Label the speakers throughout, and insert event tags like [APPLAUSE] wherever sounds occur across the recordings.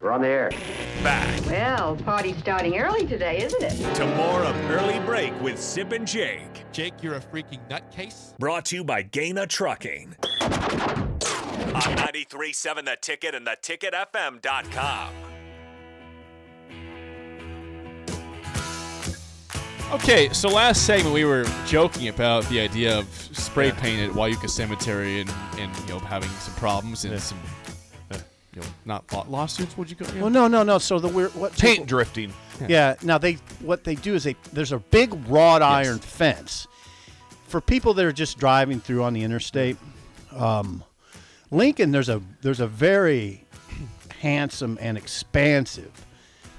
Speaker 1: We're on the air.
Speaker 2: Back
Speaker 3: Well, party's starting early today, isn't it?
Speaker 2: to more of Early Break with Sip and Jake.
Speaker 4: Jake, you're a freaking nutcase.
Speaker 2: Brought to you by Gaina Trucking. On 93.7 The Ticket and theticketfm.com.
Speaker 4: Okay, so last segment we were joking about the idea of spray paint at Wayuka Cemetery and, and you know having some problems and some you know not law- lawsuits. Would you go?
Speaker 5: Well, no, no, no. So the weird what
Speaker 6: Paint drifting.
Speaker 5: people- yeah. Now they what they do is they there's a big wrought iron fence for people that are just driving through on the interstate. Um, Lincoln, there's a there's a very handsome and expansive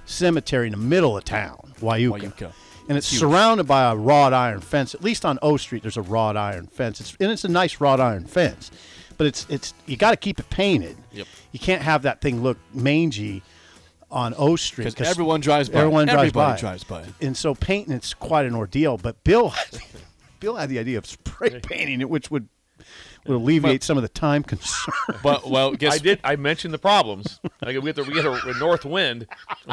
Speaker 5: cemetery in the middle of town, Wayuka,
Speaker 4: Waiuka.
Speaker 5: and it's
Speaker 4: Huge.
Speaker 5: surrounded by a wrought iron fence. At least on O Street, there's a wrought iron fence. It's and it's a nice wrought iron fence, but it's it's you got to keep it painted.
Speaker 4: Yep.
Speaker 5: You can't have that thing look mangy on O Street
Speaker 4: Because everyone drives by.
Speaker 5: Everyone drives
Speaker 4: Everybody
Speaker 5: by.
Speaker 4: drives by.
Speaker 5: And so painting it's quite an ordeal. But Bill, [LAUGHS] Bill had the idea of spray painting it, which would would alleviate some of the time concern. [LAUGHS]
Speaker 4: But well, guess
Speaker 6: I did. I mentioned the problems. Like we get the, we get a, a north wind,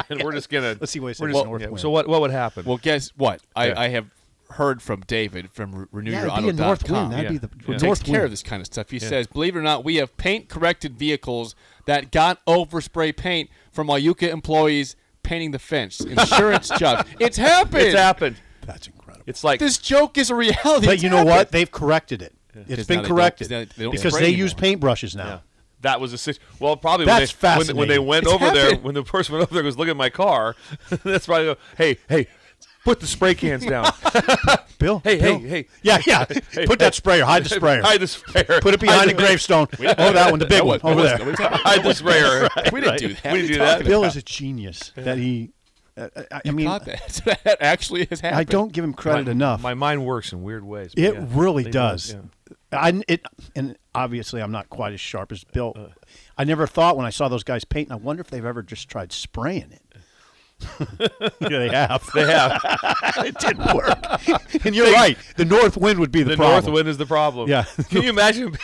Speaker 6: and we're just gonna
Speaker 5: Let's see what he
Speaker 6: we're
Speaker 5: said,
Speaker 6: just-
Speaker 5: north
Speaker 6: yeah,
Speaker 5: wind.
Speaker 6: So what what would happen?
Speaker 4: Well, guess what? I,
Speaker 6: Yeah.
Speaker 4: I have heard from David from Re-
Speaker 5: That'd be a north
Speaker 4: RenewYourAuto.com.
Speaker 5: wind. That'd be the
Speaker 4: who
Speaker 5: north
Speaker 4: takes care of
Speaker 5: wind.
Speaker 4: this kind of stuff. He says, believe it or not, we have paint corrected vehicles that got over spray paint from Wayuka employees painting the fence. Insurance jobs.
Speaker 5: [LAUGHS]
Speaker 4: It's happened.
Speaker 6: it's happened.
Speaker 5: That's incredible.
Speaker 6: It's like
Speaker 4: This joke is a reality.
Speaker 5: but
Speaker 4: It's
Speaker 5: you know what?
Speaker 4: happened.
Speaker 5: They've corrected it. It's
Speaker 4: 'Cause now
Speaker 5: been
Speaker 4: they don't-
Speaker 5: corrected
Speaker 4: 'cause now they don't
Speaker 5: because
Speaker 4: spray
Speaker 5: they
Speaker 4: anymore.
Speaker 5: use paintbrushes now.
Speaker 6: that was a sit- well probably
Speaker 5: That's
Speaker 6: when, they, when, when they
Speaker 5: fascinating.
Speaker 6: went
Speaker 4: It's
Speaker 6: over there
Speaker 4: happened.
Speaker 6: when the person went over there was looking at my car. [LAUGHS] that's probably go, hey hey put the spray
Speaker 5: [LAUGHS]
Speaker 6: cans down.
Speaker 5: Bill,
Speaker 6: Hey,
Speaker 5: Bill.
Speaker 6: hey, hey.
Speaker 5: yeah, yeah.
Speaker 6: [LAUGHS] Hey,
Speaker 5: Put that sprayer.
Speaker 6: [LAUGHS]
Speaker 5: Hide the sprayer.
Speaker 6: Hide the sprayer.
Speaker 5: Put it behind the
Speaker 6: Hide the- [LAUGHS]
Speaker 5: gravestone. oh, that one, the big one over there.
Speaker 6: Hide the sprayer.
Speaker 4: [LAUGHS] We didn't do that.
Speaker 6: We didn't do that.
Speaker 5: Bill is a genius. That he, uh, uh, I, I mean,
Speaker 4: God, that, [LAUGHS] that actually has happened.
Speaker 5: I don't give him credit [LAUGHS]
Speaker 6: My-
Speaker 5: enough.
Speaker 6: My mind works in weird ways. but
Speaker 5: It
Speaker 6: yeah,
Speaker 5: really
Speaker 6: they
Speaker 5: does.
Speaker 6: yeah.
Speaker 5: I it and obviously I'm not quite as sharp as Bill.
Speaker 6: Uh.
Speaker 5: I never thought when I saw those guys paint. I wonder if they've ever just tried spraying
Speaker 6: [LAUGHS]
Speaker 5: it. yeah, they have. They have. [LAUGHS] it didn't
Speaker 6: [LAUGHS]
Speaker 5: work. and you're right. The north wind would be the,
Speaker 6: The
Speaker 5: problem.
Speaker 6: north wind is the problem.
Speaker 5: Yeah.
Speaker 6: [LAUGHS] Can you imagine?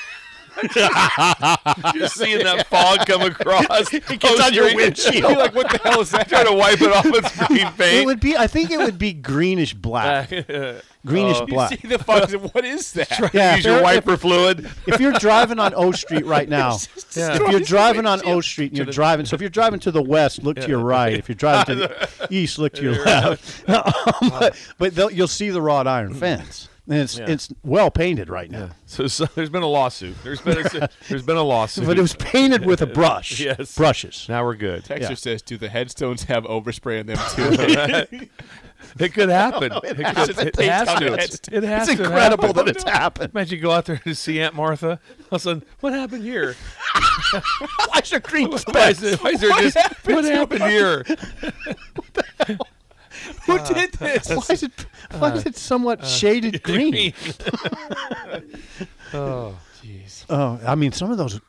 Speaker 6: Just seeing that fog
Speaker 5: [LAUGHS]
Speaker 6: come across. It gets on your windshield.
Speaker 4: You're like, what the hell is that?
Speaker 6: Trying to wipe it
Speaker 5: [LAUGHS]
Speaker 6: off with green
Speaker 5: It
Speaker 6: paint. [LAUGHS]
Speaker 5: would be. I think it would be greenish black.
Speaker 6: Oh.
Speaker 5: greenish
Speaker 4: You
Speaker 5: black.
Speaker 4: see the fucking, what is that? [LAUGHS]
Speaker 5: Yeah,
Speaker 6: Use your
Speaker 5: if-
Speaker 6: wiper fluid.
Speaker 5: if you're driving on O Street right now,
Speaker 6: Yeah.
Speaker 5: if you're driving on O Street and you're driving, so if you're driving to the west, look to your right. If you're driving to the east, look to your left. [LAUGHS] Um, but but they'll- you'll see the wrought iron fence, and it's it's well painted right now.
Speaker 6: So, so there's been a lawsuit. There's been
Speaker 5: [LAUGHS]
Speaker 6: a, there's been a lawsuit.
Speaker 5: But it was painted with a brush.
Speaker 6: Yes.
Speaker 5: Brushes.
Speaker 6: now
Speaker 5: [LAUGHS]
Speaker 6: we're good.
Speaker 4: Texture says, do the headstones have overspray on them too?
Speaker 6: It could happen. [LAUGHS] it, could, it, has to. It has
Speaker 5: It's
Speaker 6: to
Speaker 5: incredible
Speaker 6: happen.
Speaker 5: that
Speaker 6: [LAUGHS]
Speaker 5: it's happened.
Speaker 6: Imagine you go out there to see Aunt Martha. All of a sudden, what happened here?
Speaker 5: Why is there green
Speaker 6: Why is,
Speaker 5: specks?
Speaker 6: there- why is there just what happened here?
Speaker 4: [LAUGHS] Who
Speaker 6: Uh,
Speaker 4: did this?
Speaker 6: [LAUGHS]
Speaker 5: Why is it why is it somewhat shaded green?
Speaker 4: Jeez.
Speaker 5: Oh, I mean, some of those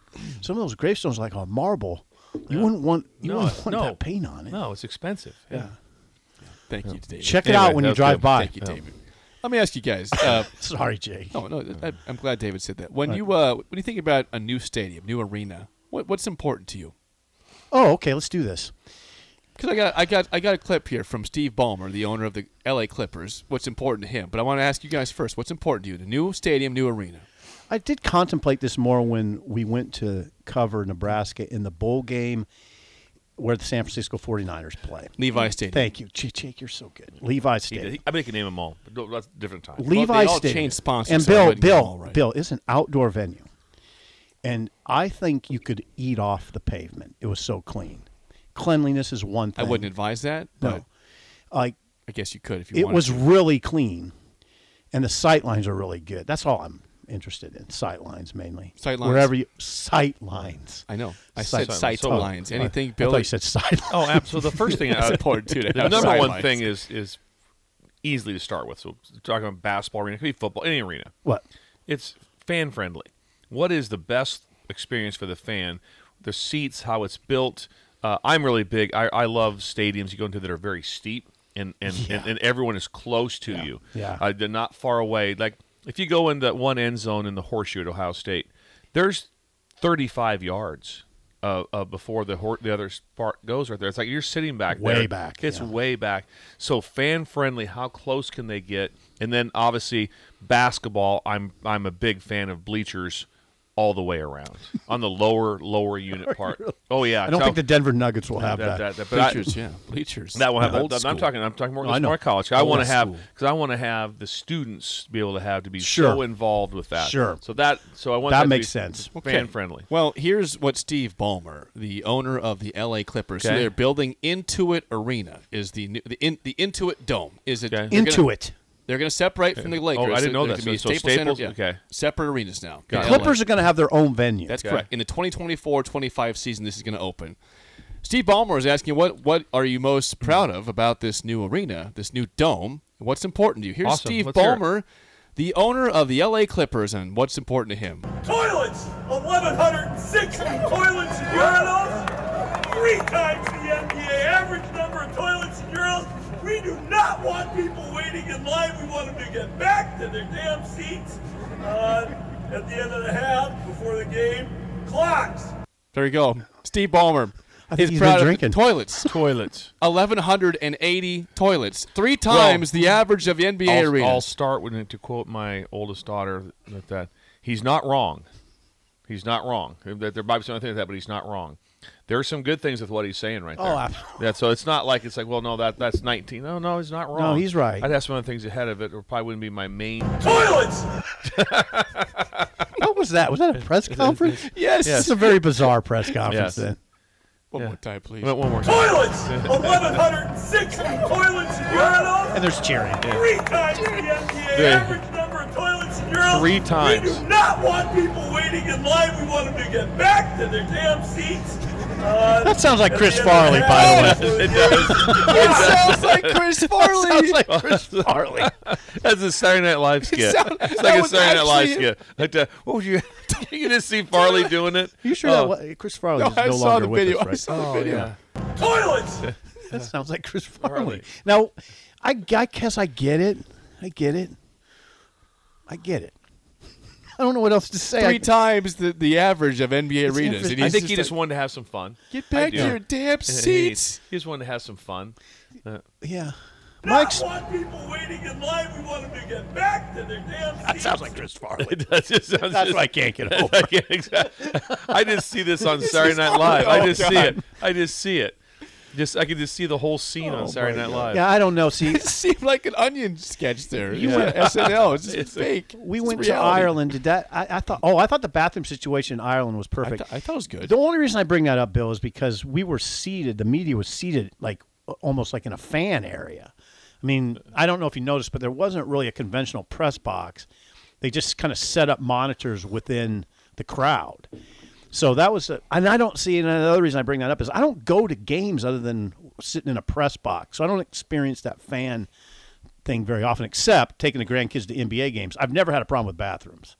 Speaker 5: some of those gravestones like on marble. You wouldn't want you
Speaker 6: No,
Speaker 5: wouldn't want
Speaker 6: no.
Speaker 5: that paint on it.
Speaker 6: No, it's expensive. Yeah.
Speaker 4: Thank you, David.
Speaker 5: Check it
Speaker 6: Anyway,
Speaker 5: out when you
Speaker 6: that's
Speaker 5: drive
Speaker 6: good.
Speaker 5: by.
Speaker 4: Thank you, David. Let me ask you guys. Uh, [LAUGHS]
Speaker 5: Sorry, Jay.
Speaker 4: no, no, I, I'm glad David said that. When you uh, when you think about a new stadium, new arena, what, what's important to you?
Speaker 5: Oh, okay. Let's do this.
Speaker 4: Because I got I got I got a clip here from Steve Ballmer, the owner of the L.A. Clippers. What's important to him? But I want to ask you guys first. What's important to you? The new stadium, new arena.
Speaker 5: I did contemplate this more when we went to cover Nebraska in the bowl game where the San Francisco 49ers play.
Speaker 4: Levi Stadium.
Speaker 5: Thank you. Jake, Jake, you're so good. Levi Stadium.
Speaker 6: I bet you can name them all. but no, That's a different time.
Speaker 5: Levi
Speaker 4: Well, they all
Speaker 5: Stadium.
Speaker 4: changed sponsors,
Speaker 5: And
Speaker 4: so I
Speaker 5: Bill,
Speaker 4: wouldn't get them all
Speaker 5: Bill,
Speaker 4: right.
Speaker 5: Bill, it's an outdoor venue, and I think you could eat off the pavement. It was so clean. Cleanliness is one
Speaker 4: I
Speaker 5: thing.
Speaker 4: wouldn't advise that. But
Speaker 5: No, like
Speaker 4: I guess you could if you.
Speaker 5: it
Speaker 4: wanted
Speaker 5: was
Speaker 6: [LAUGHS]
Speaker 4: to.
Speaker 5: really clean, and the sight lines are really good. That's all I'm interested in. Sight lines mainly.
Speaker 4: Sight lines?
Speaker 5: Wherever you sight lines.
Speaker 4: I know. I
Speaker 5: Sight-
Speaker 4: said
Speaker 6: sight
Speaker 4: sight
Speaker 6: lines.
Speaker 4: lines. Anything,
Speaker 5: I
Speaker 4: Bill?
Speaker 5: thought you said sight.
Speaker 6: Oh, absolutely. The first thing
Speaker 4: That's
Speaker 6: I [LAUGHS]
Speaker 4: important too. to
Speaker 6: The
Speaker 4: have
Speaker 6: number
Speaker 4: sight
Speaker 6: one
Speaker 4: lines.
Speaker 6: thing is is easily to start with. So talking about basketball arena, it could be football, any arena.
Speaker 5: [LAUGHS] What?
Speaker 6: It's fan friendly. What is the best experience for the fan? The seats, how it's built. Uh, I'm really big. I, I love stadiums you go into that are very steep, and and, and, and everyone is close to you.
Speaker 5: Yeah.
Speaker 6: Uh, they're not far away. Like if you go in that one end zone in the horseshoe at Ohio State, there's 35 yards uh, uh, before the hor- the other spark goes right there. It's like you're sitting back
Speaker 5: Way
Speaker 6: there.
Speaker 5: back,
Speaker 6: It's
Speaker 5: yeah.
Speaker 6: way back. So fan friendly. How close can they get? And then obviously basketball. I'm I'm a big fan of bleachers all the
Speaker 5: [LAUGHS]
Speaker 6: way around on the lower lower unit part. Oh yeah,
Speaker 5: I don't
Speaker 6: So-
Speaker 5: think the Denver Nuggets will have
Speaker 6: that,
Speaker 5: that.
Speaker 6: that, that, but I-
Speaker 4: Bleachers, yeah, bleachers.
Speaker 6: that will have
Speaker 4: old
Speaker 6: I'm
Speaker 4: school.
Speaker 6: talking. I'm talking more.
Speaker 5: I
Speaker 6: about
Speaker 5: know. Oh,
Speaker 6: more college. I want to
Speaker 4: Old
Speaker 6: have
Speaker 4: school.
Speaker 6: because I want to have the students be able to have to be so
Speaker 5: Sure.
Speaker 6: involved with that.
Speaker 5: Sure.
Speaker 6: So that. So I want
Speaker 5: That
Speaker 6: to
Speaker 5: makes
Speaker 6: be
Speaker 5: sense.
Speaker 6: Fan
Speaker 4: Okay.
Speaker 6: friendly.
Speaker 4: Well, here's what Steve Ballmer, the owner of the LA Clippers, so
Speaker 6: Okay.
Speaker 4: they're building Intuit Arena is the new, the in, the Intuit Dome is it
Speaker 6: Okay. Oh,
Speaker 4: they're gonna-
Speaker 5: Intuit.
Speaker 4: They're going to separate from the Lakers.
Speaker 6: I didn't know
Speaker 4: There's
Speaker 6: that.
Speaker 4: gonna be
Speaker 6: So-
Speaker 4: a
Speaker 6: so Staples- okay.
Speaker 4: separate arenas now.
Speaker 6: Got
Speaker 4: in
Speaker 6: it.
Speaker 4: LA.
Speaker 5: Clippers are going to have their own venue.
Speaker 4: That's
Speaker 6: Okay.
Speaker 4: correct. In the 2024-25 season, this is going to open. Steve Ballmer is asking, "What what are you most proud of about this new arena, this new dome? and What's important to you?" Here's
Speaker 6: Awesome.
Speaker 4: Steve
Speaker 6: Let's hear it.
Speaker 4: Ballmer, the owner of the LA Clippers, and what's important to him.
Speaker 1: toilets, 1,160 toilets and urinals, three times the NBA average number of toilets and urinals. We do not want people waiting in line. We want them to get back to their damn seats uh, at the end of the half before the game. Clocks.
Speaker 4: There you go, Steve Ballmer.
Speaker 5: I think
Speaker 4: is
Speaker 5: he's
Speaker 4: proud
Speaker 5: been
Speaker 4: of the
Speaker 5: drinking.
Speaker 6: [LAUGHS]
Speaker 4: toilets.
Speaker 6: Toilets.
Speaker 4: 1180 toilets, three times the average of the NBA
Speaker 6: I'll,
Speaker 4: arena.
Speaker 6: I'll start with to quote my oldest daughter with that. He's not wrong. He's not wrong. There there might be some other things like that, but he's not wrong. There are some good things with what he's saying right there.
Speaker 5: Oh, absolutely.
Speaker 6: Yeah, so it's not like it's like, well, no, that that's 19. No, no, he's not wrong.
Speaker 5: he's right.
Speaker 6: I'd have some other things ahead of it, or probably wouldn't be my main. [LAUGHS]
Speaker 1: Toilets.
Speaker 5: [LAUGHS] what was that? Was that a [LAUGHS] press conference?
Speaker 4: yes.
Speaker 5: It's a very bizarre press
Speaker 6: Yes.
Speaker 5: conference. [LAUGHS] Then
Speaker 4: One
Speaker 6: Yeah.
Speaker 4: more time, please. [LAUGHS]
Speaker 6: One one more.
Speaker 1: [LAUGHS]
Speaker 6: time.
Speaker 1: Toilets. 1,160 toilets and urinals.
Speaker 5: and there's cheering.
Speaker 1: Three times the NBA
Speaker 6: Three.
Speaker 1: average number of toilets and urinals.
Speaker 6: Three times.
Speaker 1: We do not want people waiting in line. We want them to get back to their damn seats. Uh,
Speaker 5: That sounds like
Speaker 1: at
Speaker 5: Chris
Speaker 1: the end
Speaker 5: Farley,
Speaker 1: of
Speaker 5: by the way.
Speaker 1: half. Yeah.
Speaker 4: it sounds like
Speaker 6: [LAUGHS]
Speaker 4: Chris
Speaker 5: [LAUGHS]
Speaker 4: Farley.
Speaker 5: Sounds like Chris Farley.
Speaker 6: That's a Saturday Night Live skit.
Speaker 4: sound-
Speaker 6: it's
Speaker 4: that
Speaker 6: like a
Speaker 4: was
Speaker 6: Saturday Night Live
Speaker 4: actually-
Speaker 6: skit. Like that. What would you? [LAUGHS] you just see Farley doing it.
Speaker 5: You sure
Speaker 6: Oh,
Speaker 5: that was, Chris Farley
Speaker 4: No,
Speaker 5: is
Speaker 4: I
Speaker 5: [LAUGHS] no
Speaker 4: saw
Speaker 5: longer
Speaker 4: the
Speaker 5: with
Speaker 4: video.
Speaker 5: us,
Speaker 4: I
Speaker 5: right?
Speaker 4: saw the video.
Speaker 1: [LAUGHS] Toilets.
Speaker 5: That sounds like Chris Farley.
Speaker 6: Farley.
Speaker 5: Now, I, I guess I get it. I get it. I get it. [LAUGHS] I don't know what else to say.
Speaker 4: Three
Speaker 5: I-
Speaker 4: times the, the average of NBA arenas.
Speaker 5: emphasis-
Speaker 4: and
Speaker 6: I
Speaker 4: he's
Speaker 6: think he just
Speaker 4: like,
Speaker 6: wanted to have some fun.
Speaker 4: get
Speaker 6: I
Speaker 4: back
Speaker 6: do.
Speaker 4: to your damn
Speaker 6: [LAUGHS]
Speaker 4: [LAUGHS]
Speaker 6: He-
Speaker 4: seats.
Speaker 6: He just wanted to have some fun.
Speaker 5: Yeah.
Speaker 1: Not
Speaker 5: Mike's.
Speaker 1: want people waiting in line. We want them to get back to their damn seats.
Speaker 5: That sounds like Chris Farley.
Speaker 6: [LAUGHS] That's just sounds
Speaker 5: That's
Speaker 6: just-
Speaker 5: what I can't
Speaker 6: [LAUGHS]
Speaker 5: get over.
Speaker 6: I can't exactly. [LAUGHS] I just see this
Speaker 5: [LAUGHS]
Speaker 6: on Saturday Night Live. I just see it. I just see it. Just I could just see the whole scene
Speaker 5: Oh
Speaker 6: on Saturday Night Live.
Speaker 5: Yeah, I don't know.
Speaker 4: [LAUGHS]
Speaker 5: See,
Speaker 4: It seemed like an onion sketch there. You went SNL.
Speaker 5: [LAUGHS]
Speaker 4: It's just fake.
Speaker 5: we
Speaker 4: It's
Speaker 5: went to
Speaker 4: reality.
Speaker 5: Ireland. Did that? I, I thought. Oh, I thought the bathroom situation in Ireland was
Speaker 4: I,
Speaker 5: perfect.
Speaker 4: th- I thought it was good.
Speaker 5: The only reason I bring that up, Bill, is because we were seated. The media was seated like almost like in a fan area. I mean, I don't know if you noticed, but there wasn't really a conventional press box. They just kind of set up monitors within the crowd. So that was, a, and I don't see. And another reason I bring that up is I don't go to games other than sitting in a press box. So I don't experience that fan thing very often, except taking the grandkids to NBA games. I've never had a problem with bathrooms.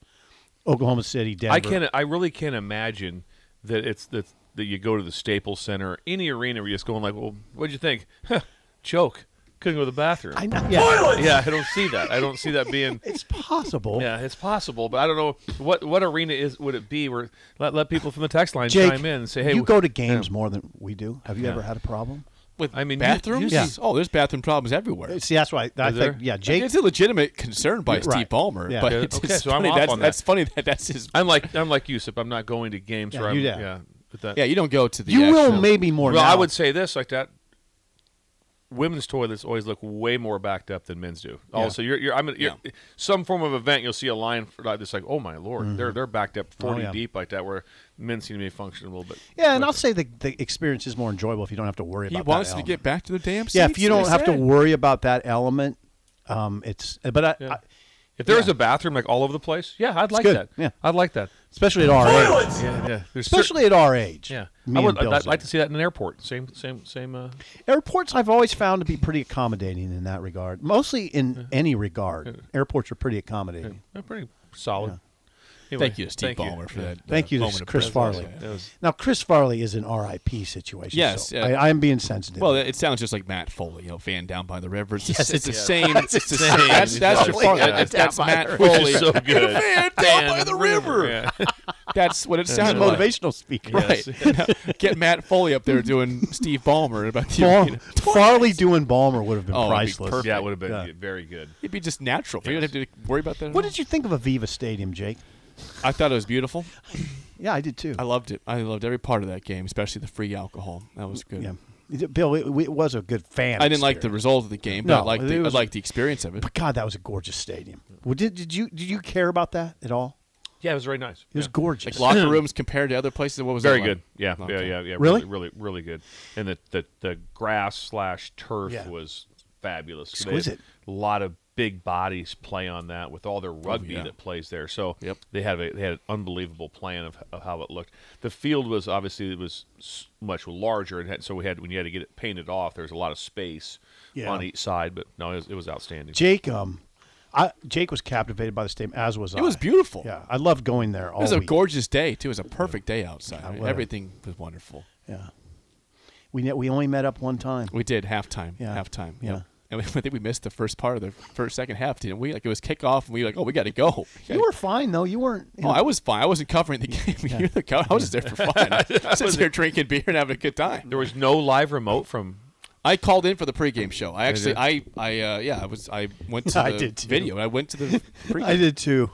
Speaker 5: Oklahoma City, Denver.
Speaker 6: I can't. I really can't imagine that it's that that you go to the Staples Center, or any arena, where you're just going like, "Well, what'd you think? [LAUGHS] Huh, joke. Couldn't go to the bathroom."
Speaker 5: I know, yeah,
Speaker 1: Toilets.
Speaker 6: yeah, I don't see that. I don't see that being.
Speaker 5: it's possible.
Speaker 6: Yeah, it's possible, but I don't know what what arena is would it be where let, let people from the text line
Speaker 5: Jake,
Speaker 6: chime in and say, "Hey,
Speaker 5: you
Speaker 6: w-
Speaker 5: go to games more than we do. Have you ever had a problem?
Speaker 4: With
Speaker 6: I mean, you-
Speaker 4: bathrooms?
Speaker 6: you-
Speaker 5: Yeah.
Speaker 4: Oh, there's bathroom problems everywhere.
Speaker 5: Uh, See, that's why I
Speaker 6: there?
Speaker 5: think yeah, uh, Jake.
Speaker 4: it's a legitimate concern by Steve
Speaker 5: right.
Speaker 4: Ballmer,
Speaker 5: Yeah.
Speaker 4: but
Speaker 5: Okay,
Speaker 4: it's
Speaker 6: okay,
Speaker 4: it's
Speaker 6: so I'm
Speaker 4: funny.
Speaker 6: off
Speaker 4: that's,
Speaker 6: on that.
Speaker 4: that's funny that that's his.
Speaker 6: I'm like I'm like Yusuf. I'm not going to games
Speaker 5: Yeah,
Speaker 6: where I'm
Speaker 5: you do.
Speaker 6: yeah. But that,
Speaker 4: Yeah, you don't go to the.
Speaker 5: you will
Speaker 4: actual-
Speaker 5: maybe more.
Speaker 6: well,
Speaker 5: now.
Speaker 6: I would say this like that. Women's toilets always look way more backed up than men's do. Also, you're, you're, I'm, a- you're, some form of event. You'll see a line for like this, like, oh my lord, they're they're backed up forty
Speaker 5: Mm-hmm. Oh, yeah.
Speaker 6: deep like that. Where men seem to be functioning a little bit.
Speaker 5: Yeah, and
Speaker 6: with
Speaker 5: I'll
Speaker 6: it.
Speaker 5: say the, the experience is more enjoyable if you don't have to worry
Speaker 4: He
Speaker 5: about.
Speaker 4: wants
Speaker 5: that
Speaker 4: to
Speaker 5: element.
Speaker 4: get back to the damn seats.
Speaker 5: Yeah, if you don't
Speaker 4: they
Speaker 5: have to
Speaker 4: said.
Speaker 5: worry about that element, um, it's. But I, I,
Speaker 6: if there was a bathroom like all over the place, yeah, I'd like
Speaker 5: good.
Speaker 6: that.
Speaker 5: Yeah.
Speaker 6: I'd like that.
Speaker 5: especially at our age,
Speaker 1: Toilets.
Speaker 6: Yeah, yeah. There's cer-
Speaker 5: especially at our age.
Speaker 6: yeah.
Speaker 5: me
Speaker 6: I
Speaker 5: and
Speaker 6: would. I'd,
Speaker 5: Bill's
Speaker 6: I'd like
Speaker 5: age.
Speaker 6: to see that in an airport. Same, same, same. Uh,
Speaker 5: Airports I've always found to be pretty accommodating in that regard. Mostly in any regard, airports are pretty accommodating.
Speaker 6: uh, pretty solid. Anyway,
Speaker 4: Thank you, Steve Ballmer, for that. uh,
Speaker 5: Thank you,
Speaker 4: moment
Speaker 5: to
Speaker 4: of
Speaker 5: Chris
Speaker 4: presence.
Speaker 5: Farley.
Speaker 6: That was-
Speaker 5: Now, Chris Farley is an RIP situation.
Speaker 4: Yes,
Speaker 5: so
Speaker 4: yeah.
Speaker 5: I, I am being sensitive.
Speaker 4: Well, it sounds just like Matt Foley, you know, Van Down by the River. It's, the- it's the same.
Speaker 5: That's
Speaker 4: It's the
Speaker 5: the
Speaker 4: same.
Speaker 5: same.
Speaker 4: That's, that's, your
Speaker 5: Totally
Speaker 4: Farley.
Speaker 5: Van
Speaker 4: that's,
Speaker 5: Down
Speaker 6: [LAUGHS]
Speaker 4: that's [LAUGHS]
Speaker 5: by the
Speaker 4: Matt
Speaker 5: River.
Speaker 6: Which
Speaker 4: Foley.
Speaker 6: is so good.
Speaker 4: Van Down by the River.
Speaker 6: Yeah.
Speaker 4: That's what it sounded like.
Speaker 5: motivational
Speaker 4: [LAUGHS]
Speaker 5: speaker.
Speaker 4: Right. Get Matt Foley up there doing Steve Ballmer in about the
Speaker 5: Bal-
Speaker 4: arena.
Speaker 5: Farley doing Balmer would have been
Speaker 4: Oh, that'd be
Speaker 5: priceless.
Speaker 4: perfect.
Speaker 6: Yeah, it would have been
Speaker 5: Yeah.
Speaker 6: very good.
Speaker 4: It'd be just natural. You don't have to worry about that. at
Speaker 5: What
Speaker 4: all.
Speaker 5: did you think of Aviva Stadium, Jake?
Speaker 4: I thought it was beautiful.
Speaker 5: Yeah, I did too.
Speaker 4: I loved it. I loved every part of that game, especially the free alcohol. That was good.
Speaker 5: yeah, Bill, it, it was a good fan.
Speaker 4: I didn't like the
Speaker 5: experience.
Speaker 4: result of the game, but
Speaker 5: No,
Speaker 4: I liked
Speaker 5: it
Speaker 4: the,
Speaker 5: was-
Speaker 4: I liked the experience
Speaker 5: [CLEARS THROAT]
Speaker 4: of it.
Speaker 5: But God, that was a gorgeous stadium. Well, did did you did you care about that at all?
Speaker 6: Yeah, it was very nice.
Speaker 5: It was
Speaker 6: Yeah.
Speaker 5: gorgeous.
Speaker 4: Like locker rooms compared to other places. What was
Speaker 6: Very
Speaker 4: that
Speaker 6: good.
Speaker 4: like?
Speaker 6: Yeah, yeah,
Speaker 4: Okay.
Speaker 6: yeah, yeah.
Speaker 5: Really?
Speaker 6: really, really, really good. And the the, the grass slash turf
Speaker 5: Yeah.
Speaker 6: was fabulous. They had
Speaker 5: Exquisite.
Speaker 6: A lot of big bodies play on that with all their rugby
Speaker 4: yeah.
Speaker 6: that plays there. So
Speaker 4: Yep.
Speaker 6: they had a, they had an unbelievable plan of, of how it looked. The field was obviously it was s- much larger, and had, so we had when you had to get it painted off, there was a lot of space
Speaker 5: Yeah.
Speaker 6: on each side. But no, it was, it was
Speaker 5: [LAUGHS]
Speaker 6: outstanding.
Speaker 5: Jake, um, I Jake was captivated by the stadium, as was I.
Speaker 4: It was beautiful.
Speaker 5: Yeah, I loved going there all
Speaker 4: It was a
Speaker 5: week.
Speaker 4: gorgeous day too. It was a perfect day outside. I mean,
Speaker 5: what a-
Speaker 4: everything was wonderful.
Speaker 5: yeah, we ne- we only met up one time.
Speaker 4: We did halftime.
Speaker 5: Yeah.
Speaker 4: Halftime.
Speaker 5: Yeah.
Speaker 4: Yep. And we, [LAUGHS] I think we missed the first part of the first second half, didn't we? Like it was kickoff, and we were like, oh, we got to go.
Speaker 5: You were fine though. You weren't.
Speaker 4: Oh, I was fine. I wasn't covering the game. [LAUGHS] You're the co- I was just there for
Speaker 5: [LAUGHS]
Speaker 4: fun. I was just there drinking beer and having a good time.
Speaker 6: There was no live remote from.
Speaker 4: I called in for the pregame show. I actually, I, I, uh, yeah, I was. I went to the
Speaker 5: [LAUGHS] I did too.
Speaker 4: video. I went to the
Speaker 5: [LAUGHS]
Speaker 4: pregame.
Speaker 5: I did too.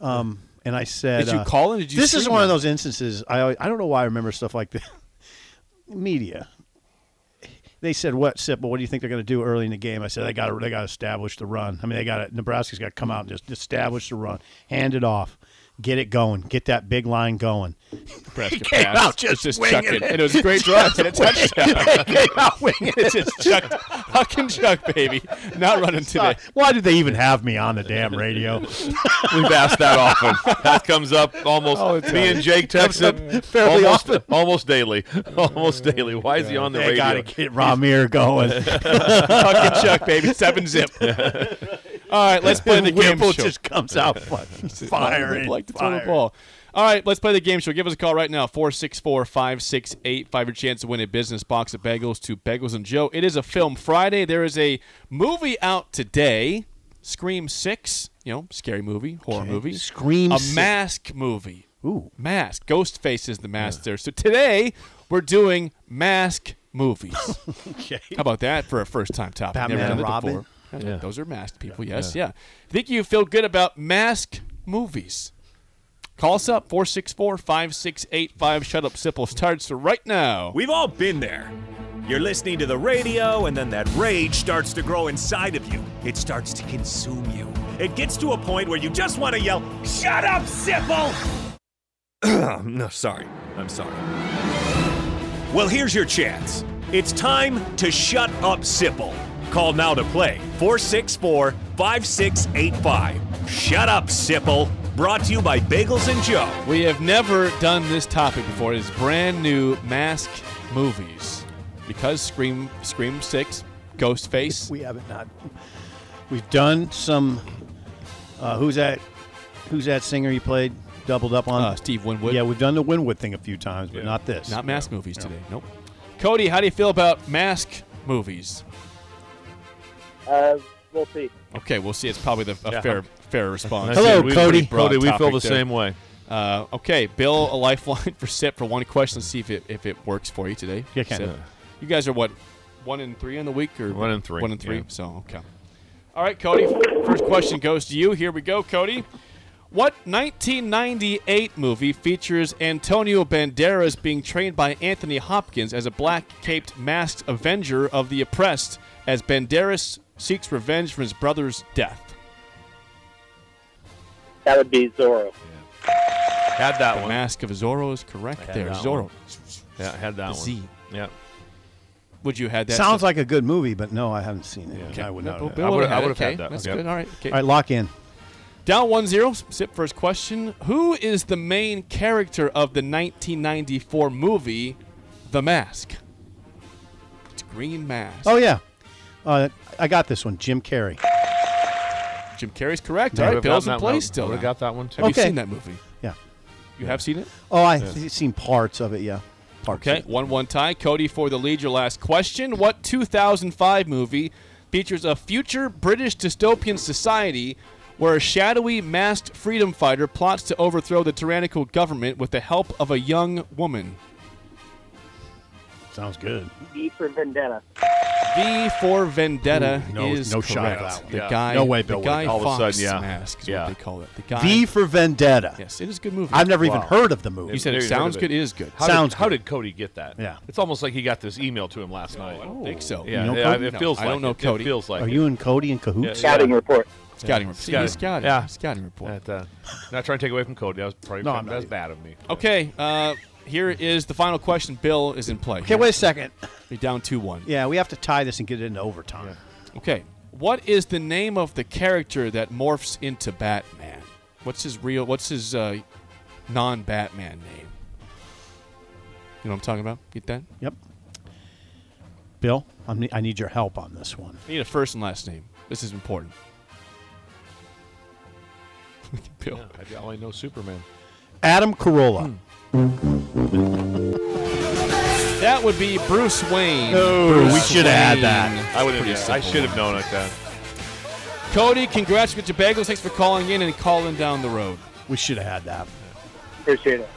Speaker 5: Um, and I said,
Speaker 4: Did you
Speaker 5: uh,
Speaker 4: call in? Did you
Speaker 5: This is
Speaker 4: stream
Speaker 5: one of
Speaker 4: it?
Speaker 5: those instances. I always- I don't know why I remember stuff like this. [LAUGHS] Media. They said what Sip, but what do you think they're going to do early in the game? I said they got to they got to establish the run. I mean they got to Nebraska's got to come out and just establish the run, hand it off, get it going, get that big line [LAUGHS] going.
Speaker 4: Nebraska
Speaker 5: came
Speaker 4: pass.
Speaker 5: out
Speaker 4: It was
Speaker 5: just
Speaker 4: just
Speaker 5: winging
Speaker 4: chucking.
Speaker 5: it.
Speaker 4: And it was a
Speaker 5: [LAUGHS]
Speaker 4: great drive [LAUGHS] and a touchdown.
Speaker 5: Came out winging it. [LAUGHS]
Speaker 4: It's just chuck, hucking chuck, baby. Not running today.
Speaker 5: Why did they even have me on the damn radio?
Speaker 6: We've asked that often. That comes up almost. me and Jake text it
Speaker 5: fairly
Speaker 6: almost, almost daily. [LAUGHS] Almost daily. Why is he on the
Speaker 5: They got to
Speaker 6: radio?
Speaker 5: get
Speaker 4: [LAUGHS]
Speaker 5: Ramir going.
Speaker 4: Hucking chuck, baby. Seven
Speaker 5: [LAUGHS]
Speaker 4: zip. All right, let's play the game
Speaker 5: Whipple
Speaker 4: show.
Speaker 5: just
Speaker 4: [LAUGHS]
Speaker 5: comes out fucking firing.
Speaker 4: I'd like to throw the
Speaker 5: firing.
Speaker 4: ball. All right, let's play the game show. Give us a call right now 464 568 Your chance to win a business box of bagels to Bagels and Joe. It is a film Friday. There is a movie out today Scream 6, you know, scary movie, horror movie.
Speaker 5: Scream
Speaker 4: A
Speaker 5: 6.
Speaker 4: mask movie.
Speaker 5: Ooh.
Speaker 4: Mask. Ghostface is the mask there. So today we're doing mask movies.
Speaker 5: [LAUGHS] Okay.
Speaker 4: How about that for a first time topic?
Speaker 5: Batman
Speaker 4: Never done
Speaker 5: and
Speaker 4: that
Speaker 5: Robin.
Speaker 4: before. Those are masked people, yes, yeah. Think you feel good about mask movies? Call us up 464 5685. Shut up, Sipple starts right now.
Speaker 2: We've all been there. You're listening to the radio, and then that rage starts to grow inside of you. It starts to consume you. It gets to a point where you just want to yell, Shut up, Sipple! [CLEARS THROAT] no, sorry. I'm sorry. Well, here's your chance. It's time to shut up, Sipple. Call now to play 464 5685. Shut up, Sipple. Brought to you by Bagels and Joe.
Speaker 4: We have never done this topic before. It is brand new mask movies. Because Scream Scream 6, Ghostface,
Speaker 5: We haven't not. We've done some. Uh, who's that? Who's that singer you played? Doubled up on
Speaker 4: uh, Steve Winwood.
Speaker 5: Yeah, we've done the Winwood thing a few times, but not this.
Speaker 4: Not mask movies today. Nope. Cody, how do you feel about mask movies?
Speaker 7: Uh, we'll see.
Speaker 4: Okay, we'll see. It's probably the, a
Speaker 6: Yeah.
Speaker 4: fair fair response.
Speaker 5: Hello,
Speaker 6: we-
Speaker 5: Cody.
Speaker 4: Broad
Speaker 6: Cody, we feel the
Speaker 4: topic there.
Speaker 6: same way.
Speaker 4: Uh, okay, Bill, a lifeline [LAUGHS] for Sip for one question. Let's see if it, if it works for you today.
Speaker 5: Yeah, kinda.
Speaker 4: Sip. You guys are what, one and three in the week or
Speaker 6: One and three,
Speaker 4: One and three.
Speaker 6: yeah.
Speaker 4: So okay. All right, Cody. First question goes to you. Here we go, Cody. What 1998 movie features Antonio Banderas being trained by Anthony Hopkins as a black caped masked avenger of the oppressed as Banderas seeks revenge for his brother's death?
Speaker 7: That would be Zorro.
Speaker 6: Had that
Speaker 4: The
Speaker 6: one.
Speaker 4: Mask of Zorro is correct
Speaker 6: had
Speaker 4: there.
Speaker 6: that
Speaker 4: Zorro.
Speaker 6: Yeah, had that one.
Speaker 4: Z.
Speaker 6: Yeah.
Speaker 4: Would you had that?
Speaker 5: Sounds like a good movie, but no, I haven't seen it. I would not.
Speaker 4: Bill,
Speaker 5: have.
Speaker 4: Bill
Speaker 6: I
Speaker 4: would've
Speaker 6: would've- I
Speaker 4: had it.
Speaker 6: would've had
Speaker 4: Okay,
Speaker 6: that.
Speaker 4: That's
Speaker 6: Okay.
Speaker 4: good. All right. Okay.
Speaker 5: All right, lock in.
Speaker 4: Down 1 0. Sip, first question. Who is the main character of the 1994 movie, The Mask? It's Green Mask.
Speaker 5: Oh yeah, uh, I got this one. Jim Carrey.
Speaker 4: Jim Carrey's correct.
Speaker 6: I
Speaker 4: All right.
Speaker 6: would've
Speaker 4: Bill's
Speaker 6: gotten
Speaker 4: in
Speaker 6: that
Speaker 4: play
Speaker 6: one.
Speaker 4: still.
Speaker 6: Would've
Speaker 4: now.
Speaker 6: got that one too.
Speaker 4: Have
Speaker 5: Okay.
Speaker 4: you seen that movie?
Speaker 5: Yeah.
Speaker 4: You have seen it?
Speaker 5: Oh, I've seen parts of it. Yeah, parts.
Speaker 4: Okay.
Speaker 5: Of it.
Speaker 4: 1 1 tie. Cody for the lead. Your last question. What 2005 movie features a future British dystopian society where a shadowy masked freedom fighter plots to overthrow the tyrannical government with the help of a young woman.
Speaker 5: Sounds good.
Speaker 7: E for Vendetta.
Speaker 4: V for Vendetta
Speaker 5: Ooh, no-
Speaker 4: is
Speaker 5: no
Speaker 4: correct.
Speaker 5: shot of that one.
Speaker 4: The
Speaker 6: Yeah.
Speaker 4: guy,
Speaker 5: No way
Speaker 4: the
Speaker 5: Bill would
Speaker 4: guy
Speaker 5: have-
Speaker 6: all of a
Speaker 4: Fox
Speaker 6: sudden, yeah.
Speaker 4: mask is
Speaker 6: Yeah.
Speaker 4: what they call it. The guy.
Speaker 5: V for Vendetta.
Speaker 4: yes, it is a good movie.
Speaker 5: I've never even
Speaker 6: Wow.
Speaker 5: heard of the movie.
Speaker 4: You said it
Speaker 6: Never heard
Speaker 4: sounds
Speaker 6: of
Speaker 4: good.
Speaker 6: it.
Speaker 4: It is good.
Speaker 6: How
Speaker 5: Sounds
Speaker 6: Did, how
Speaker 5: good.
Speaker 6: did Cody get that?
Speaker 5: Yeah.
Speaker 6: It's almost like he got this email to him last night.
Speaker 4: I don't think so.
Speaker 6: Yeah,
Speaker 5: You know
Speaker 6: yeah,
Speaker 5: Cody?
Speaker 6: it
Speaker 4: No,
Speaker 6: feels
Speaker 4: I
Speaker 6: like
Speaker 4: don't know
Speaker 6: it. It
Speaker 4: Cody.
Speaker 6: feels like
Speaker 5: Are
Speaker 6: it.
Speaker 5: you and Cody in cahoots?
Speaker 6: Yeah.
Speaker 7: Scouting report.
Speaker 4: Scouting report. See,
Speaker 6: Scouting.
Speaker 4: Scouting.
Speaker 6: Yeah.
Speaker 4: Scouting report.
Speaker 6: That, uh, not trying to take away from Cody. That was probably
Speaker 5: No,
Speaker 6: that
Speaker 5: I'm not
Speaker 6: was
Speaker 5: either.
Speaker 6: bad of me.
Speaker 4: Okay. Uh, here is the final question. Bill is in play.
Speaker 5: Okay, wait a second.
Speaker 4: You're down two one.
Speaker 5: Yeah, we have to tie this and get it into overtime.
Speaker 4: Okay. What is the name of the character that morphs into Batman? What's his real? What's his uh, non-Batman name? You know what I'm talking about? Get that?
Speaker 5: Yep. Bill, I'm, ne- I need your help on this one.
Speaker 4: I need a first and last name. This is important. [LAUGHS] Bill.
Speaker 6: Yeah, I, all I know Superman.
Speaker 5: Adam Carolla.
Speaker 4: Hmm. That would be Bruce Wayne.
Speaker 5: No, we
Speaker 4: Bruce
Speaker 5: should add
Speaker 4: Wayne.
Speaker 5: that.
Speaker 6: I would have. I should have known like that.
Speaker 4: Cody, congrats with your bagels. Thanks for calling in and calling down the road.
Speaker 5: We should have had that.
Speaker 7: Appreciate it.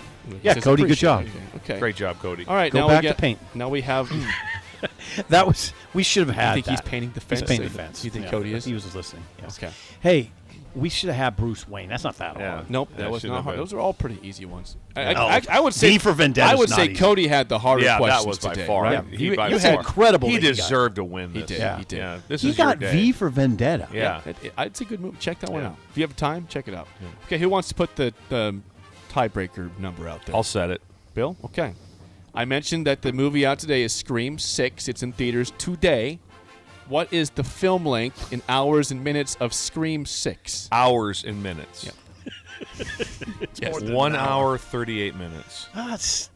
Speaker 5: Yeah,
Speaker 4: Says
Speaker 5: Cody, good job.
Speaker 4: appreciate it. Okay.
Speaker 6: Great job, Cody.
Speaker 4: All right.
Speaker 5: Go
Speaker 4: now
Speaker 5: back
Speaker 4: we
Speaker 5: to
Speaker 4: get,
Speaker 5: paint.
Speaker 4: Now we
Speaker 5: [CLEARS THROAT]
Speaker 4: have.
Speaker 5: That was we should have had.
Speaker 4: I think he's
Speaker 5: that.
Speaker 4: painting the fence.
Speaker 5: He's painting the
Speaker 4: So
Speaker 5: fence.
Speaker 4: you think
Speaker 5: Yeah.
Speaker 4: Cody is?
Speaker 5: He was listening. Yeah.
Speaker 4: Okay.
Speaker 5: Hey, we should have had Bruce Wayne. That's not that
Speaker 6: Yeah.
Speaker 5: hard.
Speaker 4: Nope,
Speaker 6: Yeah,
Speaker 4: that
Speaker 6: it
Speaker 4: was
Speaker 6: shouldn't
Speaker 4: not
Speaker 6: have
Speaker 4: hard.
Speaker 6: been.
Speaker 4: Those are all pretty easy ones. I,
Speaker 5: No.
Speaker 4: I, I, I would say
Speaker 5: V for Vendetta
Speaker 4: I would
Speaker 5: is not
Speaker 4: say
Speaker 5: easy.
Speaker 4: Cody had the hardest
Speaker 6: Yeah,
Speaker 4: questions
Speaker 6: that was by
Speaker 4: today.
Speaker 6: far.
Speaker 5: right?
Speaker 6: He,
Speaker 5: You-
Speaker 6: by
Speaker 5: you
Speaker 6: far.
Speaker 5: had incredible
Speaker 6: He
Speaker 5: that you got.
Speaker 6: deserved to win.
Speaker 4: He
Speaker 6: This.
Speaker 4: did.
Speaker 5: Yeah.
Speaker 4: He did.
Speaker 6: Yeah, this
Speaker 5: he
Speaker 6: is your
Speaker 5: got
Speaker 6: day.
Speaker 5: V for Vendetta.
Speaker 6: Yeah.
Speaker 4: It- it- it's a good move. Check that one
Speaker 6: Yeah.
Speaker 4: out. If you have time, check it out. Okay, who wants to put the, the tiebreaker number out there?
Speaker 6: I'll set it.
Speaker 4: Bill? Okay. I mentioned that the movie out today is Scream 6. It's in theaters today. What is the film length in hours and minutes of Scream 6?
Speaker 6: Hours and minutes.
Speaker 4: Yeah.
Speaker 6: Yes. One hour thirty-eight minutes.
Speaker 5: That's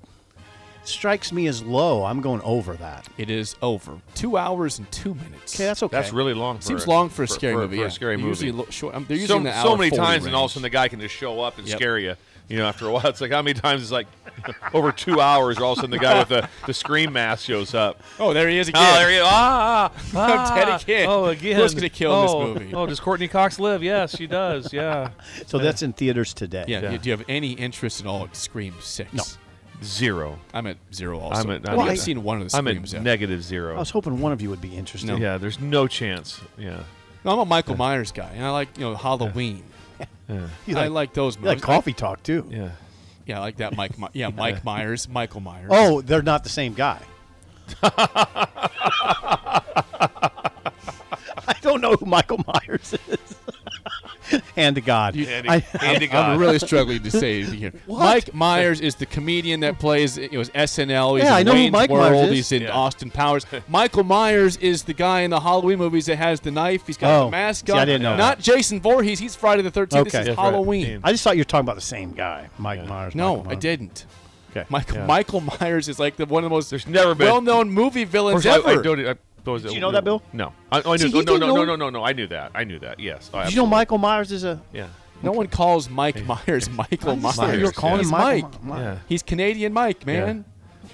Speaker 5: strikes me as low. I'm going over that.
Speaker 4: It is over. Two hours and two minutes.
Speaker 5: Okay, that's okay.
Speaker 6: That's really long. For
Speaker 4: Seems
Speaker 6: a-
Speaker 4: long for a scary movie.
Speaker 6: For
Speaker 4: yeah.
Speaker 6: a scary
Speaker 4: They're
Speaker 6: movie.
Speaker 4: Usually lo- short. um, they're usually
Speaker 6: so,
Speaker 4: in the
Speaker 6: so
Speaker 4: hour
Speaker 6: many
Speaker 4: 40
Speaker 6: times, and all of a
Speaker 4: range.
Speaker 6: sudden the guy can just show up and
Speaker 4: Yep.
Speaker 6: scare you. You know, after a while, it's like how many times it's like [LAUGHS] over two hours, or all of a sudden the guy with the, the scream mask shows up.
Speaker 4: Oh, there he is again.
Speaker 6: Oh, there he is. Ah,
Speaker 4: [LAUGHS]
Speaker 6: ah,
Speaker 4: Teddy Kid.
Speaker 6: Oh, again.
Speaker 4: Who's gonna kill in this
Speaker 6: Oh,
Speaker 4: movie?
Speaker 6: Oh, does Courtney Cox live? Yes, she does. Yeah.
Speaker 5: so that's in theaters today.
Speaker 4: Yeah,
Speaker 6: Yeah.
Speaker 4: Do you have any interest at all at Scream Six?
Speaker 5: No.
Speaker 6: Zero.
Speaker 4: I'm at zero. Also,
Speaker 6: I'm at-
Speaker 4: I
Speaker 6: I'm
Speaker 4: think
Speaker 5: at-
Speaker 4: I've seen one of the
Speaker 6: I'm
Speaker 4: Screams.
Speaker 6: at
Speaker 4: yeah.
Speaker 6: negative zero.
Speaker 5: I was hoping one of you would be interested.
Speaker 4: No.
Speaker 6: Yeah, there's no chance. Yeah.
Speaker 4: No, I'm a Michael Myers guy, and I like you know Halloween.
Speaker 5: You
Speaker 4: I
Speaker 5: like,
Speaker 4: like those
Speaker 5: you like
Speaker 4: movies.
Speaker 5: coffee talk too.
Speaker 6: Yeah.
Speaker 4: Yeah, I like that Mike. My-
Speaker 5: [LAUGHS]
Speaker 4: yeah, Mike Myers, Michael Myers.
Speaker 5: Oh, they're not the
Speaker 4: [LAUGHS]
Speaker 5: same guy. [LAUGHS] I don't know who Michael Myers [LAUGHS] is. Hand to God.
Speaker 6: Hand
Speaker 5: [LAUGHS]
Speaker 6: to-
Speaker 5: I,
Speaker 6: hand to God.
Speaker 4: I'm really
Speaker 5: [LAUGHS]
Speaker 4: struggling to say anything here.
Speaker 5: What?
Speaker 4: Mike Myers is the comedian that plays it was SNL. He's in
Speaker 5: Yeah, I know who
Speaker 4: Wayne's
Speaker 5: Mike
Speaker 4: World.
Speaker 5: Myers is.
Speaker 4: He's in
Speaker 6: Yeah.
Speaker 4: Austin
Speaker 5: [LAUGHS]
Speaker 4: Powers. Michael Myers is the guy in the Halloween movies that has the knife. He's got the
Speaker 5: Oh,
Speaker 4: mask
Speaker 5: see,
Speaker 4: on.
Speaker 5: I didn't know
Speaker 4: Not Jason Voorhees. He's Friday the 13th.
Speaker 5: Okay.
Speaker 4: This is
Speaker 5: That's
Speaker 6: right.
Speaker 4: Halloween.
Speaker 6: Yeah.
Speaker 5: I just thought you were talking about the same guy, Mike Myers.
Speaker 4: No,
Speaker 5: Michael
Speaker 4: I
Speaker 5: Myers.
Speaker 4: didn't.
Speaker 5: Okay.
Speaker 4: Michael
Speaker 6: Yeah.
Speaker 4: Michael Myers is like the one of the most
Speaker 6: There's never been-
Speaker 4: well-known movie villains
Speaker 6: First, I- I
Speaker 4: ever.
Speaker 6: don't- e, I- those-
Speaker 5: Did you know that, Bill?
Speaker 6: No. I, oh, I knew.
Speaker 5: See, he
Speaker 6: oh, no,
Speaker 5: didn't
Speaker 6: no,
Speaker 5: know-
Speaker 6: no, no, no, no. I knew that. I knew that. Yes.
Speaker 5: Did
Speaker 6: Oh,
Speaker 5: you know
Speaker 6: absolutely.
Speaker 5: Michael Myers is a?
Speaker 6: Yeah.
Speaker 4: no one calls Mike Myers Michael
Speaker 5: I just thought
Speaker 4: Myers.
Speaker 5: You were calling
Speaker 4: He's
Speaker 5: him Michael
Speaker 4: Mike.
Speaker 5: My- My-
Speaker 6: Yeah.
Speaker 4: He's Canadian Mike, man.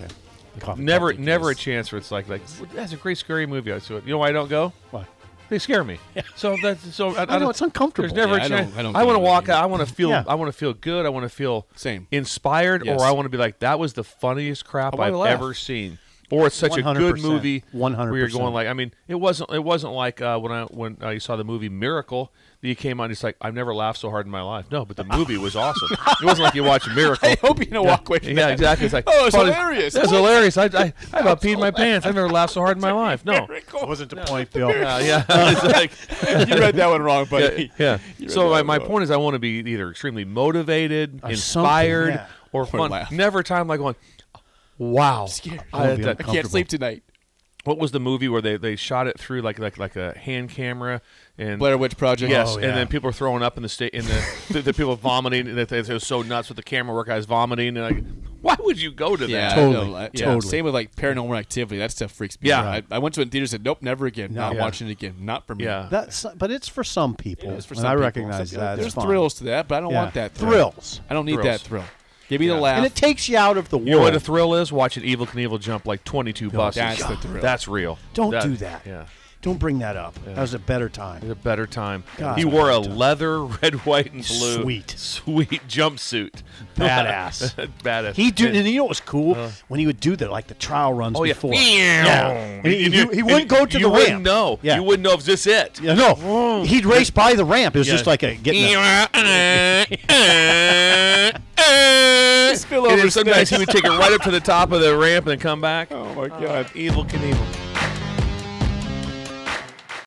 Speaker 4: [LAUGHS]
Speaker 5: Coffee
Speaker 6: Never,
Speaker 5: talk.
Speaker 6: never a chance where it's like, like that's a great scary movie. I saw it. You know why I don't go?
Speaker 5: Why?
Speaker 6: They scare me. So that's so. I,
Speaker 5: I know
Speaker 6: don't-
Speaker 5: it's uncomfortable.
Speaker 6: There's never
Speaker 4: Yeah, I
Speaker 6: a
Speaker 4: don't-
Speaker 6: chance.
Speaker 4: I don't
Speaker 6: want
Speaker 4: go
Speaker 6: to
Speaker 4: to
Speaker 6: walk
Speaker 4: that
Speaker 6: out. I want to feel.
Speaker 5: Yeah.
Speaker 6: I want to feel good. I want to feel
Speaker 4: Same.
Speaker 6: inspired,
Speaker 4: Yes.
Speaker 6: or I want to be like that was the funniest crap
Speaker 4: I wanna
Speaker 6: I've
Speaker 4: laugh.
Speaker 6: ever seen. Or it's such a good
Speaker 5: 100%.
Speaker 6: movie. Where you're
Speaker 5: 100%.
Speaker 6: going like, I mean, it wasn't. It wasn't like uh, when I when uh, you saw the movie Miracle that you came on. It's like I've never laughed so hard in my life. No, but the movie was awesome. It wasn't like
Speaker 4: [LAUGHS]
Speaker 6: you watch Miracle.
Speaker 4: I hope you don't walk away from
Speaker 6: Yeah,
Speaker 4: that.
Speaker 6: exactly. It's like,
Speaker 4: Oh, it's
Speaker 6: funny-
Speaker 4: hilarious.
Speaker 6: That's
Speaker 4: What?
Speaker 6: hilarious. I, I, I about peed my pants. I've never laughed so hard in my life. No.
Speaker 5: Wasn't the
Speaker 4: [LAUGHS]
Speaker 5: point, Bill.
Speaker 6: Uh, yeah. It's like- [LAUGHS]
Speaker 4: you read that one wrong, buddy.
Speaker 6: yeah.
Speaker 4: [LAUGHS] You read
Speaker 6: So my,
Speaker 4: that
Speaker 6: my
Speaker 4: one.
Speaker 6: point is, I want to be either extremely motivated,
Speaker 5: Or
Speaker 6: inspired,
Speaker 5: something, yeah.
Speaker 6: or fun.
Speaker 4: laugh.
Speaker 6: Never a time like going, wow.
Speaker 4: Scared.
Speaker 6: I had
Speaker 5: be
Speaker 6: that-
Speaker 4: I can't sleep tonight.
Speaker 6: what was the movie where they, they shot it through like like like a hand camera and
Speaker 4: Blair Witch Project.
Speaker 6: Yes,
Speaker 5: Oh, yeah.
Speaker 6: and then people are throwing up in the state, and the, [LAUGHS] the, the people vomiting. And they, they're so nuts with the camera work guys vomiting, and like, why would you go to
Speaker 4: Yeah,
Speaker 6: that?
Speaker 5: Totally,
Speaker 4: I know, like- yeah,
Speaker 5: totally.
Speaker 4: Same with like paranormal activity. That stuff freaks me
Speaker 6: Yeah.
Speaker 4: out. I, I went to it in theaters and said, nope, never again.
Speaker 5: No.
Speaker 4: Not
Speaker 5: Yeah.
Speaker 4: watching it again. Not for me.
Speaker 6: Yeah.
Speaker 5: That's but it's for some people,
Speaker 4: It's for
Speaker 5: and
Speaker 4: some
Speaker 5: I
Speaker 4: people.
Speaker 5: recognize
Speaker 4: Some-
Speaker 5: that.
Speaker 4: There's
Speaker 5: It's fun.
Speaker 4: thrills to that, but I don't
Speaker 5: Yeah.
Speaker 4: want that thrill.
Speaker 5: Thrills.
Speaker 4: I don't need
Speaker 6: Thrills.
Speaker 4: that thrill. Give me
Speaker 6: Yeah.
Speaker 4: the laugh.
Speaker 5: and it takes you out of the world.
Speaker 6: You know what a thrill is? Watching Evil Knievel jump like 22 buses.
Speaker 4: that's the thrill.
Speaker 6: That's real.
Speaker 5: Don't do that.
Speaker 6: Yeah.
Speaker 5: Don't bring that up. That was a better time.
Speaker 6: It's a better time.
Speaker 5: God,
Speaker 6: he
Speaker 5: it's a
Speaker 6: wore a
Speaker 5: better time.
Speaker 6: leather, red, white, and blue.
Speaker 5: Sweet.
Speaker 6: Sweet jumpsuit.
Speaker 5: [LAUGHS] Badass.
Speaker 6: [LAUGHS] Badass.
Speaker 5: He do,
Speaker 6: And-
Speaker 5: and you know what was cool when he would do the like the trial runs
Speaker 6: Oh yeah.
Speaker 5: before.
Speaker 6: Yeah.
Speaker 5: And he, he- he wouldn't go to
Speaker 6: you
Speaker 5: the
Speaker 6: wouldn't
Speaker 5: ramp.
Speaker 6: Know.
Speaker 5: Yeah.
Speaker 6: You wouldn't know if this it.
Speaker 5: Yeah, no. He'd race by the ramp. It was
Speaker 6: Yeah.
Speaker 5: just like a getting. A,
Speaker 6: and then sometimes he would take it right up to the top of the ramp and then come
Speaker 4: [LAUGHS]
Speaker 6: back.
Speaker 4: Oh my god.
Speaker 6: Evil Knievel.